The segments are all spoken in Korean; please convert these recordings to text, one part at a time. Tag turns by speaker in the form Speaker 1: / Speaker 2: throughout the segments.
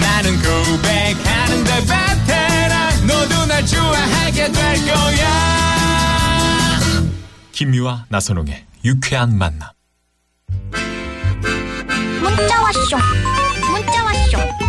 Speaker 1: 나는 고백하는데 베테랑 너도 날 좋아하게 될 거야
Speaker 2: 김미화 나선홍의 유쾌한 만남.
Speaker 3: 문자 왔쇼 문자 왔쇼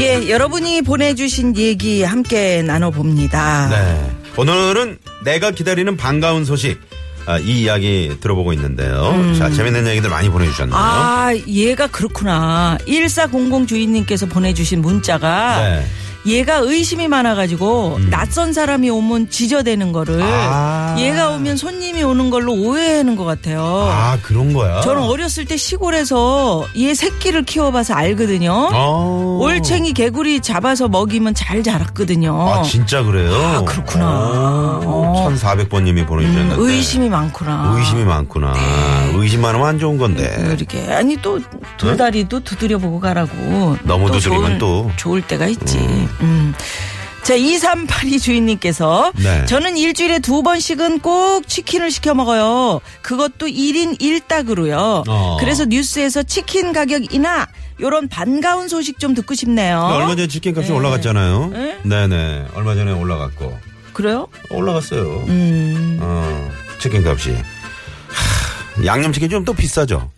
Speaker 4: 예, 여러분이 보내주신 얘기 함께 나눠봅니다.
Speaker 5: 네. 오늘은 내가 기다리는 반가운 소식. 아, 이 이야기 들어보고 있는데요. 자, 재밌는 얘기들 많이 보내주셨나요?
Speaker 4: 음. 아, 얘가 그렇구나. 1400 주인님께서 보내주신 문자가
Speaker 5: 네. 음.
Speaker 4: 얘가 의심이 많아가지고 낯선 사람이 오면 지저대는 거를
Speaker 5: 아.
Speaker 4: 얘가 오면 손님이 오는 걸로 오해하는 것 같아요.
Speaker 5: 아, 그런 거야?
Speaker 4: 저는 어렸을 때 시골에서 얘 새끼를 키워봐서 알거든요.
Speaker 5: 어.
Speaker 4: 올챙이 개구리 잡아서 먹이면 잘 자랐거든요.
Speaker 5: 아, 진짜 그래요?
Speaker 4: 아, 그렇구나. 어.
Speaker 5: 1400번님이
Speaker 4: 음,
Speaker 5: 보내주셨는데.
Speaker 4: 의심이 네. 많구나.
Speaker 5: 의심이 많구나. 의심 많으면 안 좋은 건데.
Speaker 4: 어, 이렇게 아니 또 두 다리도 두드려 보고 가라고
Speaker 5: 네? 너무 두드리면
Speaker 4: 좋을-
Speaker 5: 또.
Speaker 4: 좋을 때가 있지. 음. 자, 2382 주인님께서
Speaker 5: 네.
Speaker 4: 저는 일주일에 두 번씩은 꼭 치킨을 시켜 먹어요. 그것도 1인 1닭으로요.
Speaker 5: 어.
Speaker 4: 그래서 뉴스에서 치킨 가격 인하 요런 반가운 소식 좀 듣고 싶네요.
Speaker 5: 얼마 전에 치킨값이
Speaker 4: 네.
Speaker 5: 올라갔잖아요.
Speaker 4: 네?
Speaker 5: 네? 네 얼마 전에 올라갔고.
Speaker 4: 그래요?
Speaker 5: 네? 올라갔어요.
Speaker 4: 음.
Speaker 5: 어, 치킨값이. 하, 양념치킨 좀 또 비싸죠?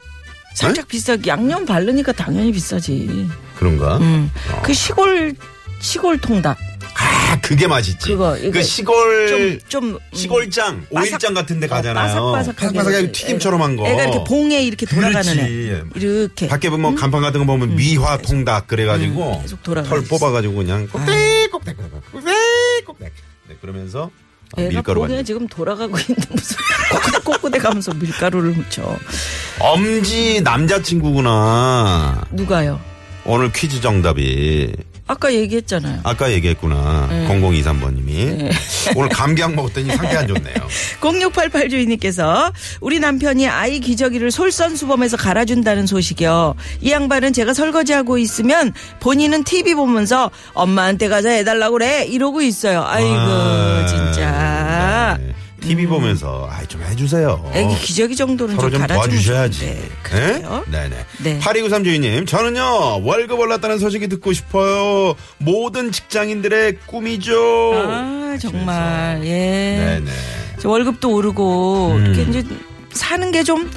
Speaker 4: 살짝 비싸게 양념 바르니까 당연히 비싸지.
Speaker 5: 그런가?
Speaker 4: 음. 그 시골 시골 통닭
Speaker 5: 아, 그게 맛있지.
Speaker 4: 그거, 이거
Speaker 5: 그 시골
Speaker 4: 좀 음. 좀
Speaker 5: 시골장, 오일장 같은 데 네, 가잖아요.
Speaker 4: 어, 바삭바삭하게
Speaker 5: 바삭바삭하게 튀김처럼 한 거.
Speaker 4: 애가 이렇게 봉에 이렇게 돌아가는 애.
Speaker 5: 그렇지.
Speaker 4: 이렇게
Speaker 5: 밖에 보면 간판 같은 거 보면 미화 통닭 그래가지고
Speaker 4: 음, 계속 돌아가고
Speaker 5: 털
Speaker 4: 있어.
Speaker 5: 뽑아가지고 그냥 꼭대꼭대 꼭대꼭대 네, 그러면서 아,
Speaker 4: 애가
Speaker 5: 밀가루
Speaker 4: 봉에
Speaker 5: 완전
Speaker 4: 지금 돌아가고 있는 무슨 꼬꼬대 가면서 밀가루를 묻혀.
Speaker 5: 엄지 남자친구구나
Speaker 4: 누가요?
Speaker 5: 오늘 퀴즈 정답이
Speaker 4: 아까 얘기했잖아요.
Speaker 5: 아까 얘기했구나
Speaker 4: 네.
Speaker 5: 0023번님이 오늘 감기약 먹었더니 상태 안 좋네요
Speaker 4: 0688 주인님께서 우리 남편이 아이 기저귀를 솔선수범해서 갈아준다는 소식이요. 이 양반은 제가 설거지하고 있으면 본인은 TV 보면서 엄마한테 가서 해달라고 그래 이러고 있어요. 아이고
Speaker 5: 아,
Speaker 4: 진짜.
Speaker 5: 네. TV 보면서 아이 좀 해주세요.
Speaker 4: 애기 기저귀 정도는
Speaker 5: 서로
Speaker 4: 좀,
Speaker 5: 좀
Speaker 4: 갈아주면
Speaker 5: 도와주셔야지. 예?
Speaker 4: 좋은데. 그래요?
Speaker 5: 네? 네네.
Speaker 4: 네.
Speaker 5: 8293 주인님, 저는요, 월급 올랐다는 소식이 듣고 싶어요. 모든 직장인들의 꿈이죠.
Speaker 4: 아 정말 예.
Speaker 5: 그렇죠. 네네. 음.
Speaker 4: 저 월급도 오르고 이렇게 이제 사는 게 좀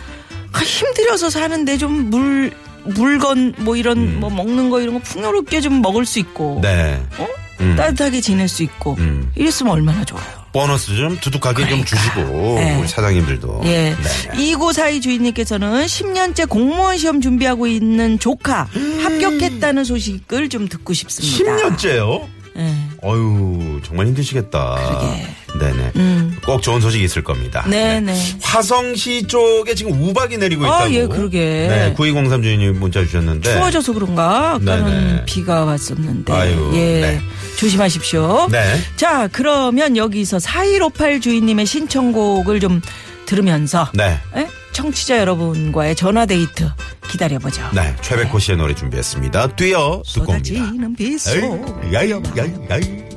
Speaker 4: 아, 힘들어서 사는데 좀 물 물건 뭐 이런 뭐 먹는 거 이런 거 풍요롭게 좀 먹을 수 있고
Speaker 5: 음. 네.
Speaker 4: 어?
Speaker 5: 음.
Speaker 4: 따뜻하게 지낼 수 있고
Speaker 5: 음.
Speaker 4: 이랬으면 얼마나 좋아요.
Speaker 5: 보너스 좀 두둑하게 좀 주시고,
Speaker 4: 네.
Speaker 5: 우리 사장님들도.
Speaker 4: 예.
Speaker 5: 어, 네네.
Speaker 4: 이고사이 주인님께서는 10년째 공무원 시험 준비하고 있는 조카
Speaker 5: 음.
Speaker 4: 합격했다는 소식을 좀 듣고 싶습니다.
Speaker 5: 10년째요?
Speaker 4: 예.
Speaker 5: 어유 정말 힘드시겠다.
Speaker 4: 그러게.
Speaker 5: 네네.
Speaker 4: 음.
Speaker 5: 꼭 좋은 소식이 있을 겁니다.
Speaker 4: 네네.
Speaker 5: 화성시 쪽에 지금 우박이 내리고
Speaker 4: 아,
Speaker 5: 있다고.
Speaker 4: 예, 그러게.
Speaker 5: 네, 9203 주인님 문자 주셨는데.
Speaker 4: 추워져서 그런가? 아까는
Speaker 5: 네. 네네.
Speaker 4: 비가 왔었는데.
Speaker 5: 아이고,
Speaker 4: 예.
Speaker 5: 네.
Speaker 4: 조심하십시오.
Speaker 5: 네.
Speaker 4: 자, 그러면 여기서 4158 주인님의 신청곡을 좀 들으면서
Speaker 5: 네.
Speaker 4: 예? 청취자 여러분과의 전화 데이트 기다려보죠.
Speaker 5: 네, 최백호 씨의 노래 준비했습니다. 뛰어 듣고 옵니다.
Speaker 4: 쏟아지는 빗속.
Speaker 5: 에이, 야이, 야이, 야이.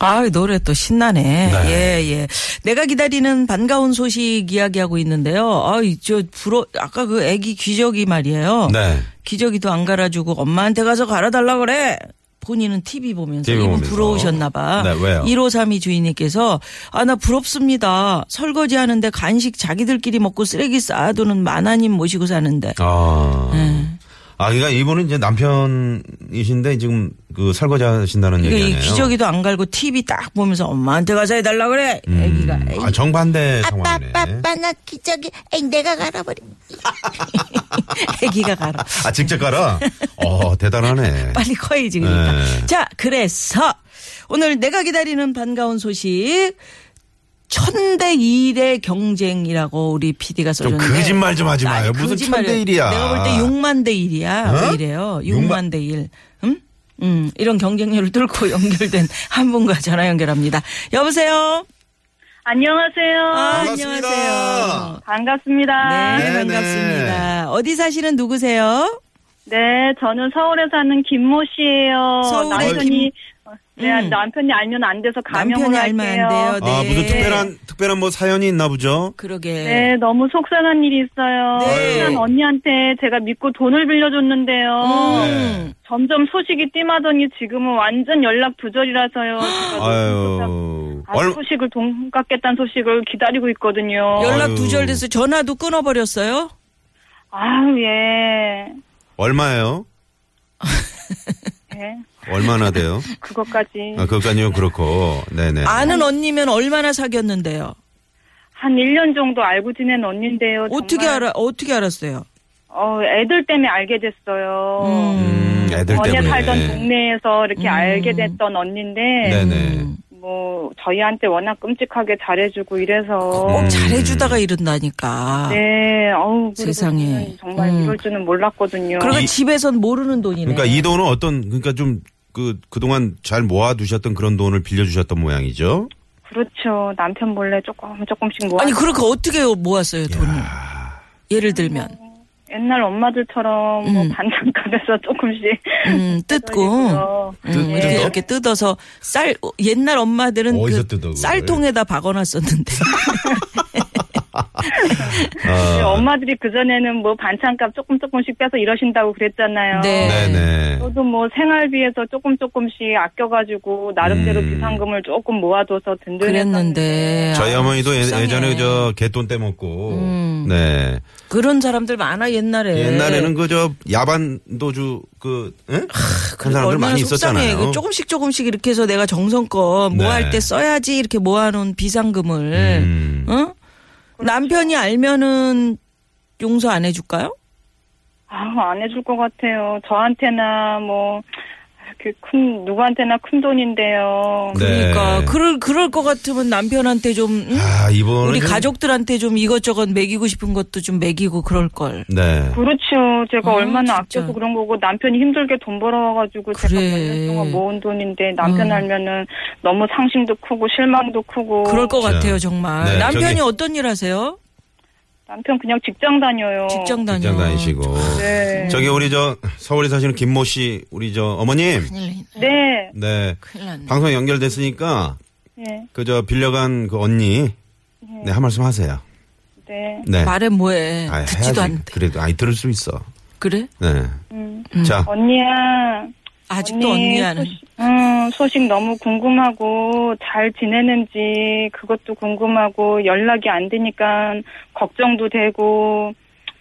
Speaker 4: 아, 노래 또 신나네.
Speaker 5: 네.
Speaker 4: 예, 예. 내가 기다리는 반가운 소식 이야기하고 있는데요. 아, 저 부러 아까 그 애기 기저귀 말이에요.
Speaker 5: 네.
Speaker 4: 기저귀도 안 갈아주고 엄마한테 가서 갈아달라 그래. 본인은 TV 보면서
Speaker 5: TV
Speaker 4: 이분
Speaker 5: 보면서.
Speaker 4: 부러우셨나봐.
Speaker 5: 네, 왜요?
Speaker 4: 1532 주인님께서 아 나 부럽습니다. 설거지 하는데 간식 자기들끼리 먹고 쓰레기 쌓아두는 마나님 모시고 사는데.
Speaker 5: 아. 아, 그러니까 이분은 이제 남편이신데 지금 그 설거지 하신다는
Speaker 4: 그러니까 이게
Speaker 5: 얘기네요.
Speaker 4: 이 기저귀도 안 갈고 TV 딱 보면서 엄마한테 가서 해달라 그래. 애기가. 에이.
Speaker 5: 아, 정반대
Speaker 3: 아빠,
Speaker 5: 상황이네.
Speaker 3: 아빠, 나 기저귀, 에이, 내가 갈아버려.
Speaker 4: 애기가 가라.
Speaker 5: 아, 직접 가라. 어, 대단하네.
Speaker 4: 빨리 커야지 그러니까.
Speaker 5: 네.
Speaker 4: 자, 그래서 오늘 내가 기다리는 반가운 소식 천대 일의 경쟁이라고 우리 PD가
Speaker 5: 좀
Speaker 4: 써줬는데
Speaker 5: 거짓말 좀 하지 마요. 무슨
Speaker 4: 아, 거짓말을.
Speaker 5: 천대 일이야.
Speaker 4: 내가 볼 때 6만 대 1이야.
Speaker 5: 어?
Speaker 4: 왜 이래요?
Speaker 5: 육만-
Speaker 4: 6만 대 1. 음? 음, 이런 경쟁률을 뚫고 연결된 한 분과 전화 연결합니다. 여보세요?
Speaker 6: 안녕하세요.
Speaker 4: 아,
Speaker 5: 반갑습니다.
Speaker 4: 안녕하세요.
Speaker 6: 반갑습니다.
Speaker 4: 네,
Speaker 5: 네,
Speaker 4: 반갑습니다. 어디 사시는 누구세요?
Speaker 6: 네. 저는 서울에 사는 김모 씨예요.
Speaker 4: 서울의
Speaker 6: 남편이 네,
Speaker 4: 음.
Speaker 6: 남편이 알면 안 돼서 가명을
Speaker 4: 남편이 알면 안
Speaker 6: 할게요.
Speaker 4: 돼요. 네.
Speaker 5: 아, 무슨 특별한, 특별한 뭐 사연이 있나 보죠?
Speaker 4: 그러게.
Speaker 6: 네, 너무 속상한 일이 있어요.
Speaker 4: 네.
Speaker 6: 친한 언니한테 제가 믿고 돈을 빌려줬는데요.
Speaker 4: 음.
Speaker 5: 네.
Speaker 6: 점점 소식이 띠마더니 지금은 완전 연락
Speaker 4: 아,
Speaker 6: 부절이라서요. 제가 너무
Speaker 5: 아유.
Speaker 4: 그-
Speaker 6: 속상- 아주 소식을 돈 갚겠다는 소식을 기다리고 있거든요.
Speaker 5: 열-
Speaker 4: 연락
Speaker 5: 아유.
Speaker 4: 두절돼서 전화도 끊어버렸어요?
Speaker 6: 아유, 예.
Speaker 5: 얼마예요?
Speaker 6: 예.
Speaker 5: 얼마나 돼요?
Speaker 6: 그것까지.
Speaker 5: 아, 그것까지는 그렇고. 네네.
Speaker 4: 아는 언니면 얼마나 사귀었는데요?
Speaker 6: 한 1년 정도 알고 지낸 언니인데요.
Speaker 4: 어떻게
Speaker 6: 정말
Speaker 4: 알아 어떻게 알았어요?
Speaker 6: 어, 애들 때문에 알게 됐어요.
Speaker 5: 음, 애들
Speaker 6: 전에
Speaker 5: 때문에.
Speaker 6: 살던 동네에서 이렇게
Speaker 4: 음.
Speaker 6: 알게 됐던 언니인데,
Speaker 5: 네네.
Speaker 6: 뭐, 저희한테 워낙 끔찍하게 잘해주고 이래서.
Speaker 4: 꼭
Speaker 5: 음.
Speaker 4: 잘해주다가 이런다니까.
Speaker 6: 네, 어우, 그리고
Speaker 4: 세상에.
Speaker 6: 저는 정말
Speaker 4: 음.
Speaker 6: 이럴 줄은 몰랐거든요.
Speaker 4: 그러니까
Speaker 5: 이-
Speaker 4: 집에선 모르는 돈이네.
Speaker 5: 그러니까 이 돈은 어떤, 그러니까 좀, 그, 그동안 잘 모아두셨던 그런 돈을 빌려주셨던 모양이죠?
Speaker 6: 그렇죠. 남편 몰래 조금, 조금씩 뭐 모아.
Speaker 4: 아니 그렇게 어떻게 모았어요 돈을?
Speaker 5: 아,
Speaker 4: 예를 들면
Speaker 6: 옛날 엄마들처럼 뭐
Speaker 4: 음.
Speaker 6: 반찬값에서 조금씩.
Speaker 4: 음, 뜯고
Speaker 6: 그래서
Speaker 4: 음,
Speaker 6: 예.
Speaker 4: 이렇게, 이렇게 뜯어서 쌀 어, 옛날 엄마들은
Speaker 5: 어디서
Speaker 4: 그
Speaker 5: 뜯어, 그걸?
Speaker 4: 쌀통에다 박아놨었는데
Speaker 6: 네,
Speaker 5: 아,
Speaker 6: 엄마들이 그전에는 뭐 반찬값 조금 조금씩 빼서 이러신다고 그랬잖아요.
Speaker 4: 네.
Speaker 5: 네네.
Speaker 6: 저도 뭐 생활비에서 조금 조금씩 아껴가지고 나름대로
Speaker 5: 음.
Speaker 6: 비상금을 조금 모아둬서 든든했는데
Speaker 4: 그랬는데
Speaker 5: 저희
Speaker 4: 아,
Speaker 5: 어머니도 예,
Speaker 4: 속상해.
Speaker 5: 예전에 저 개돈 떼먹고.
Speaker 4: 음. 네.
Speaker 5: 네.
Speaker 4: 그런 사람들 많아 옛날에
Speaker 5: 옛날에는 그 저 야반도주 그, 응? 그 사람들
Speaker 4: 아, 얼마나
Speaker 5: 많이
Speaker 4: 속상해.
Speaker 5: 있었잖아요.
Speaker 4: 그 조금씩 조금씩 이렇게 해서 내가 정성껏 뭐
Speaker 5: 네.
Speaker 4: 할 때 써야지 이렇게 모아놓은 비상금을
Speaker 5: 음.
Speaker 4: 응? 남편이 알면은 용서 안 해줄까요?
Speaker 6: 아, 안 해줄 것 같아요. 저한테나 뭐 이렇게 큰 누구한테나 큰 돈인데요.
Speaker 5: 네.
Speaker 4: 그러니까 그럴 그럴 것 같으면 남편한테 좀 응?
Speaker 5: 아, 이번은.
Speaker 4: 우리 가족들한테 좀 이것저것 먹이고 싶은 것도 좀 먹이고 그럴 걸.
Speaker 5: 네.
Speaker 4: 음,
Speaker 6: 그렇죠. 제가
Speaker 4: 아,
Speaker 6: 얼마나
Speaker 4: 진짜.
Speaker 6: 아껴서 그런 거고 남편이 힘들게 돈 벌어와가지고 제가
Speaker 4: 그래. 어.
Speaker 6: 몇년 동안 모은 돈인데 남편 알면은 너무 상심도 크고 실망도 크고
Speaker 4: 그럴 것
Speaker 5: 자.
Speaker 4: 같아요 정말.
Speaker 5: 네,
Speaker 4: 남편이
Speaker 5: 저기-
Speaker 4: 어떤 일 하세요?
Speaker 6: 남편 그냥 직장 다녀요.
Speaker 4: 직장 다녀.
Speaker 5: 직장 다니시고.
Speaker 6: 네.
Speaker 5: 저기 우리 저 서울에 사시는 김모 씨, 우리 저 어머님.
Speaker 6: 네.
Speaker 5: 네.
Speaker 4: 큰일 났네.
Speaker 5: 방송 연결됐으니까
Speaker 6: 네.
Speaker 5: 그 저 빌려간 그 언니. 네, 한 말씀 하세요.
Speaker 6: 네.
Speaker 5: 네.
Speaker 4: 말해 뭐해.
Speaker 5: 아, 해야지.
Speaker 4: 듣지도 않는데.
Speaker 5: 그래도 아이 들을 수 있어.
Speaker 4: 그래?
Speaker 5: 네.
Speaker 6: 음.
Speaker 5: 자,
Speaker 6: 언니야.
Speaker 4: 아직도 언니야는.
Speaker 6: 소식, 음, 소식 너무 궁금하고 잘 지내는지 그것도 궁금하고 연락이 안 되니까 걱정도 되고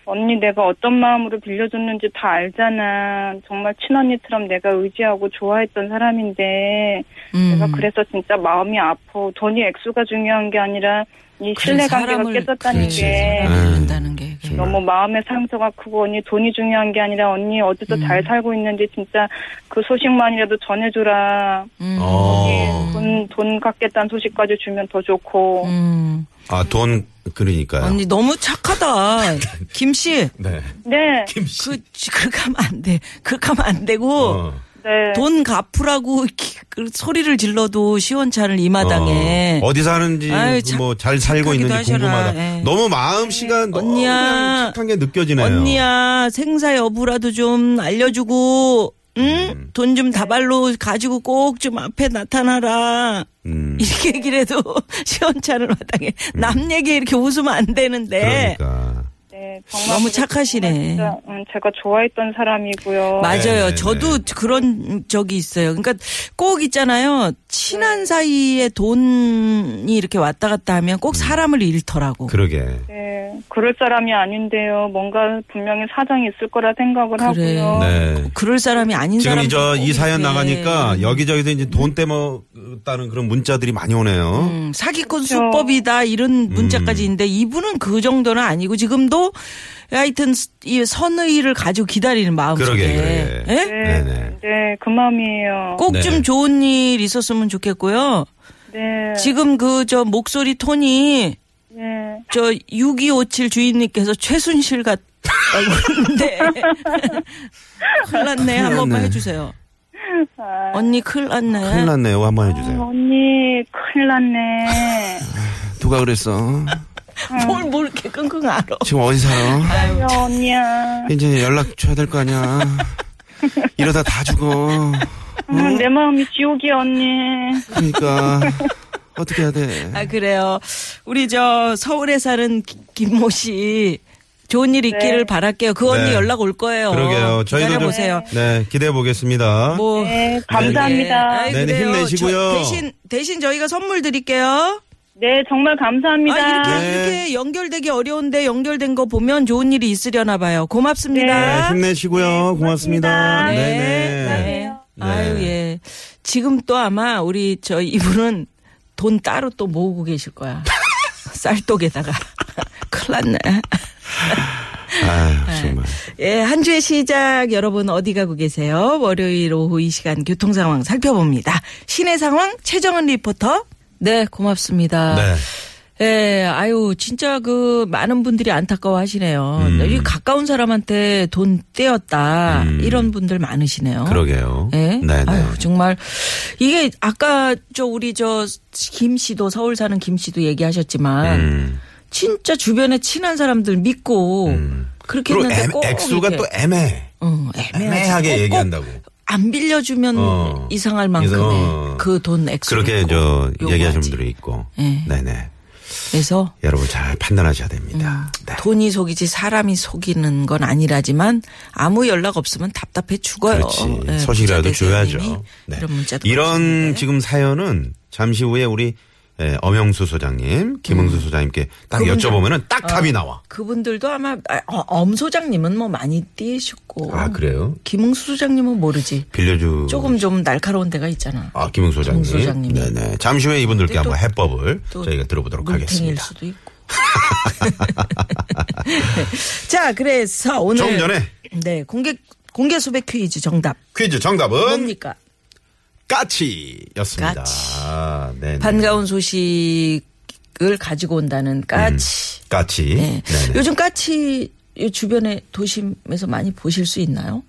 Speaker 6: 언니 내가 어떤 마음으로 빌려줬는지 다 알잖아. 정말 친언니처럼 내가 의지하고 좋아했던 사람인데
Speaker 4: 음.
Speaker 6: 내가 그래서 진짜 마음이 아파. 돈이 액수가 중요한 게 아니라 이 신뢰관계가 깨졌다는
Speaker 5: 그렇지.
Speaker 4: 아,
Speaker 6: 게
Speaker 5: 음.
Speaker 4: 그렇다는 게. 그게.
Speaker 6: 너무 뭐 마음의 상처가 크고 언니 돈이 중요한 게 아니라 언니 어디서
Speaker 4: 음.
Speaker 6: 잘 살고 있는지 진짜 그 소식만이라도 전해줘라.
Speaker 4: 음.
Speaker 5: 어.
Speaker 6: 돈, 돈 갖겠다는 소식까지 주면 더 좋고.
Speaker 4: 음.
Speaker 5: 아, 돈, 그러니까요.
Speaker 4: 언니 너무 착하다. 김씨.
Speaker 5: 네.
Speaker 6: 네,
Speaker 4: 그, 그렇게 하면 안 돼. 그렇게 하면 안 되고.
Speaker 5: 어.
Speaker 6: 네.
Speaker 4: 돈 갚으라고 이렇게 그 소리를 질러도 시원찮을 이 마당에.
Speaker 5: 어. 디 사는지,
Speaker 4: 아유, 착-
Speaker 5: 뭐 잘 살고
Speaker 4: 착하기도
Speaker 5: 있는지
Speaker 4: 하셔라.
Speaker 5: 궁금하다.
Speaker 4: 예.
Speaker 5: 너무 마음씨가 너무
Speaker 4: 언니야.
Speaker 5: 그냥 착한 게 느껴지네요.
Speaker 4: 언니야 생사 여부라도 좀 알려주고
Speaker 5: 음.
Speaker 4: 응? 돈 좀 다발로 가지고 꼭 좀 앞에 나타나라.
Speaker 5: 음.
Speaker 4: 이렇게 얘기를 해도 시원찮을 마당에 남 얘기에 이렇게 웃으면 안 되는데.
Speaker 5: 그러니까.
Speaker 6: 네. 네, 정말
Speaker 4: 너무
Speaker 6: 그리고
Speaker 4: 착하시네.
Speaker 6: 정말 진짜, 음, 제가 좋아했던 사람이고요.
Speaker 4: 맞아요.
Speaker 5: 네,
Speaker 4: 저도 그런 적이 있어요. 그러니까 꼭 있잖아요. 친한 사이에 돈이 이렇게 왔다 갔다 하면
Speaker 5: 음.
Speaker 4: 꼭 사람을 잃더라고.
Speaker 5: 그러게.
Speaker 6: 네, 그럴 사람이 아닌데요. 뭔가 분명히 사정이 있을 거라 생각을
Speaker 4: 그래.
Speaker 6: 하고요.
Speaker 5: 네.
Speaker 4: 그럴 사람이 네. 아닌 음,
Speaker 5: 지금
Speaker 4: 사람.
Speaker 5: 이 저 이 사연 나가니까 여기저기서 이제 돈 떼먹다는 그런 문자들이 많이 오네요.
Speaker 4: 음. 사기꾼
Speaker 6: 그렇죠.
Speaker 4: 수법이다
Speaker 5: 음.
Speaker 4: 이런 문자까지 있는데 이분은 그 정도는 아니고 지금도 하여튼 이 선의를 가지고 기다리는 마음
Speaker 5: 그러게,
Speaker 4: 속에 예?
Speaker 5: 그러게.
Speaker 6: 네,
Speaker 5: 네네.
Speaker 6: 네, 그 마음이에요.
Speaker 4: 꼭 좀
Speaker 5: 네.
Speaker 4: 좋은 일 있었으면 좋겠고요.
Speaker 6: 네,
Speaker 4: 지금 그 저 목소리 톤이
Speaker 6: 네.
Speaker 4: 저 6257 주인님께서 최순실 같다는데 큰일 났네 한 번만
Speaker 5: 났네.
Speaker 4: 해주세요.
Speaker 6: 아,
Speaker 4: 언니 큰일 났네.
Speaker 5: 큰일 났네요. 한번 해주세요.
Speaker 6: 언니 큰일 났네.
Speaker 7: 누가 그랬어?
Speaker 4: 뭘, 뭘 이렇게 끙끙 앓어.
Speaker 7: 지금 어디 살아?
Speaker 6: 야, 언니야.
Speaker 7: 이제 연락 줘야 될 거 아니야. 이러다 다 죽어.
Speaker 4: 네.
Speaker 6: 음, 내 마음이 지옥이야, 언니.
Speaker 7: 그러니까 어떻게 해야 돼?
Speaker 4: 아, 그래요. 우리 저 서울에 사는 기- 김모 씨. 좋은 일 있기를
Speaker 6: 네.
Speaker 4: 바랄게요. 그 언니
Speaker 5: 네.
Speaker 4: 연락 올 거예요.
Speaker 5: 그러게요. 저희도 좀-
Speaker 4: 어, 기다려보세요.
Speaker 5: 네, 기대해 보겠습니다.
Speaker 4: 뭐.
Speaker 6: 네, 감사합니다.
Speaker 4: 아이,
Speaker 5: 네, 네,
Speaker 4: 그래요.
Speaker 5: 힘내시고요.
Speaker 4: 저- 대신, 대신 저희가 선물 드릴게요.
Speaker 6: 네, 정말 감사합니다.
Speaker 4: 아, 이렇게,
Speaker 5: 네.
Speaker 4: 이렇게 연결되기 어려운데 연결된 거 보면 좋은 일이 있으려나 봐요.
Speaker 5: 네,
Speaker 4: 고맙습니다.
Speaker 5: 힘내시고요. 고맙습니다.
Speaker 4: 네.
Speaker 5: 네네.
Speaker 4: 네. 아유, 예. 지금 또 아마 우리 저 이분은 돈 따로 또 모으고 계실 거야. 쌀독에다가. 큰일 났네.
Speaker 5: 아유, 정말.
Speaker 4: 예, 한 주의 시작 여러분 어디 가고 계세요? 월요일 오후 이 시간 교통 상황 살펴봅니다. 시내 상황 최정은 리포터. 네, 고맙습니다.
Speaker 5: 네.
Speaker 4: 예, 아유, 진짜 그 많은 분들이 안타까워 하시네요.
Speaker 5: 음.
Speaker 4: 여기 가까운 사람한테 돈 떼었다.
Speaker 5: 음.
Speaker 4: 이런 분들 많으시네요.
Speaker 5: 그러게요.
Speaker 4: 예?
Speaker 5: 네네.
Speaker 4: 아유, 정말 이게 아까 저 우리 저 김 씨도 서울 사는 김 씨도 얘기하셨지만
Speaker 5: 음.
Speaker 4: 진짜 주변에 친한 사람들 믿고
Speaker 5: 음.
Speaker 4: 그렇게
Speaker 5: 그리고
Speaker 4: 했는데
Speaker 5: 애-
Speaker 4: 꼭
Speaker 5: 액수가
Speaker 4: 이렇게,
Speaker 5: 또 애매해.
Speaker 4: 어, 애매하지.
Speaker 5: 애매하게
Speaker 4: 꼭- 꼭
Speaker 5: 얘기한다고.
Speaker 4: 안 빌려주면
Speaker 5: 어.
Speaker 4: 이상할
Speaker 5: 이상-
Speaker 4: 만큼의
Speaker 5: 어.
Speaker 4: 그 돈 액수
Speaker 5: 그렇게 저 얘기하시는 분들이 있고.
Speaker 4: 예.
Speaker 5: 네네.
Speaker 4: 그래서
Speaker 5: 여러분 잘 판단하셔야 됩니다. 네.
Speaker 4: 돈이 속이지 사람이 속이는 건 아니라지만 아무 연락 없으면 답답해 죽어요.
Speaker 5: 그렇지.
Speaker 4: 예,
Speaker 5: 소식이라도
Speaker 4: 부자
Speaker 5: 줘야죠.
Speaker 4: 대세님이
Speaker 5: 네.
Speaker 4: 이런 문자도
Speaker 5: 이런 지금 사연은 잠시 후에 우리 예, 엄영수 소장님, 김응수 소장님께 딱
Speaker 4: 음. 그분들- 아.
Speaker 5: 여쭤보면은 딱 답이 나와.
Speaker 4: 그분들도 아마 아, 어, 엄 소장님은 뭐 많이 뛰시고
Speaker 5: 아 그래요?
Speaker 4: 김웅수 소장님은 모르지.
Speaker 5: 빌려주.
Speaker 4: 조금 좀 날카로운 데가 있잖아.
Speaker 5: 아 김응수 소장님.
Speaker 4: 김응수 소장님이.
Speaker 5: 네네. 잠시 후에 이분들께 한번 해법을
Speaker 4: 또
Speaker 5: 저희가 들어보도록
Speaker 4: 물탱이일
Speaker 5: 하겠습니다.
Speaker 4: 수도 있고. 자, 그래서 오늘
Speaker 5: 조금 전에
Speaker 4: 네 공개 공개 수배 퀴즈 정답
Speaker 5: 퀴즈 정답은
Speaker 4: 뭡니까?
Speaker 5: 까치였습니다.
Speaker 4: 까치.
Speaker 5: 아, 네네.
Speaker 4: 반가운 소식을 가지고 온다는 까치.
Speaker 5: 까치.
Speaker 4: 네.
Speaker 5: 음. 네네.
Speaker 4: 요즘 까치 요 주변에 도심에서 많이 보실 수 있나요?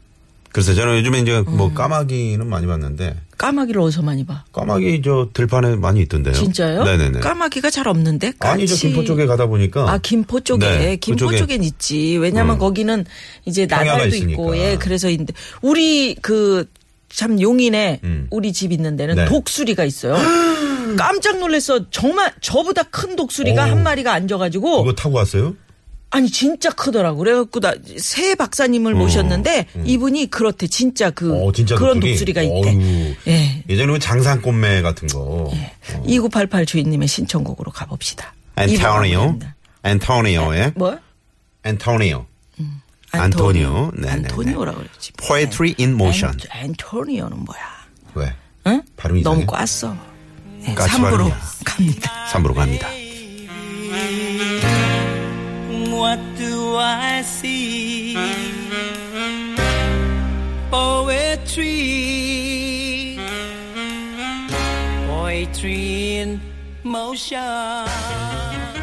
Speaker 5: 그래서 저는 요즘에 이제 뭐 까마귀는 많이 봤는데
Speaker 4: 까마귀를 어디서 많이 봐?
Speaker 5: 까마귀 저 들판에 많이 있던데요.
Speaker 4: 진짜요?
Speaker 5: 네네네.
Speaker 4: 까마귀가 잘 없는데 까치.
Speaker 5: 아니죠 김포 쪽에 가다 보니까
Speaker 4: 아 김포 쪽에
Speaker 5: 네,
Speaker 4: 김포
Speaker 5: 그쪽에.
Speaker 4: 쪽엔 있지 왜냐면
Speaker 5: 음.
Speaker 4: 거기는 이제
Speaker 5: 평야가
Speaker 4: 나발도 있고
Speaker 5: 있으니까.
Speaker 4: 예 그래서 인데 우리 그 참 용인에
Speaker 5: 음.
Speaker 4: 우리 집 있는 데는
Speaker 5: 네.
Speaker 4: 독수리가 있어요. 깜짝 놀랐어. 정말 저보다 큰 독수리가
Speaker 5: 오.
Speaker 4: 한 마리가 앉아가지고
Speaker 5: 이거 타고 왔어요?
Speaker 4: 아니 진짜 크더라고. 그래갖고 나 새 박사님을 모셨는데 이분이 그렇대. 진짜 그
Speaker 5: 음. 어, 진짜
Speaker 4: 그런
Speaker 5: 독수리?
Speaker 4: 독수리가 있대.
Speaker 5: 어휴.
Speaker 4: 예.
Speaker 5: 예전에 그 장산 꽃매 같은 거. 어.
Speaker 4: 2988 주인님의 신청곡으로 가봅시다.
Speaker 5: 안토니오.
Speaker 4: 이번 곡입니다.
Speaker 5: 안토니오의
Speaker 4: 뭐? 음.
Speaker 5: 안토니오. 안토니오. 네, 네, 네.
Speaker 4: 안토니오라고 그랬지. 네.
Speaker 5: Poetry in Motion.
Speaker 4: 안, 안토니오는 뭐야?
Speaker 5: 왜?
Speaker 4: 응?
Speaker 5: 발음이
Speaker 4: 너무
Speaker 5: 이상해?
Speaker 4: 꽈어. 네,
Speaker 5: 까치
Speaker 4: 3부로
Speaker 5: 발음이야.
Speaker 4: 갑니다.
Speaker 5: 3부로 갑니다.
Speaker 8: What do I see? Poetry, poetry in motion.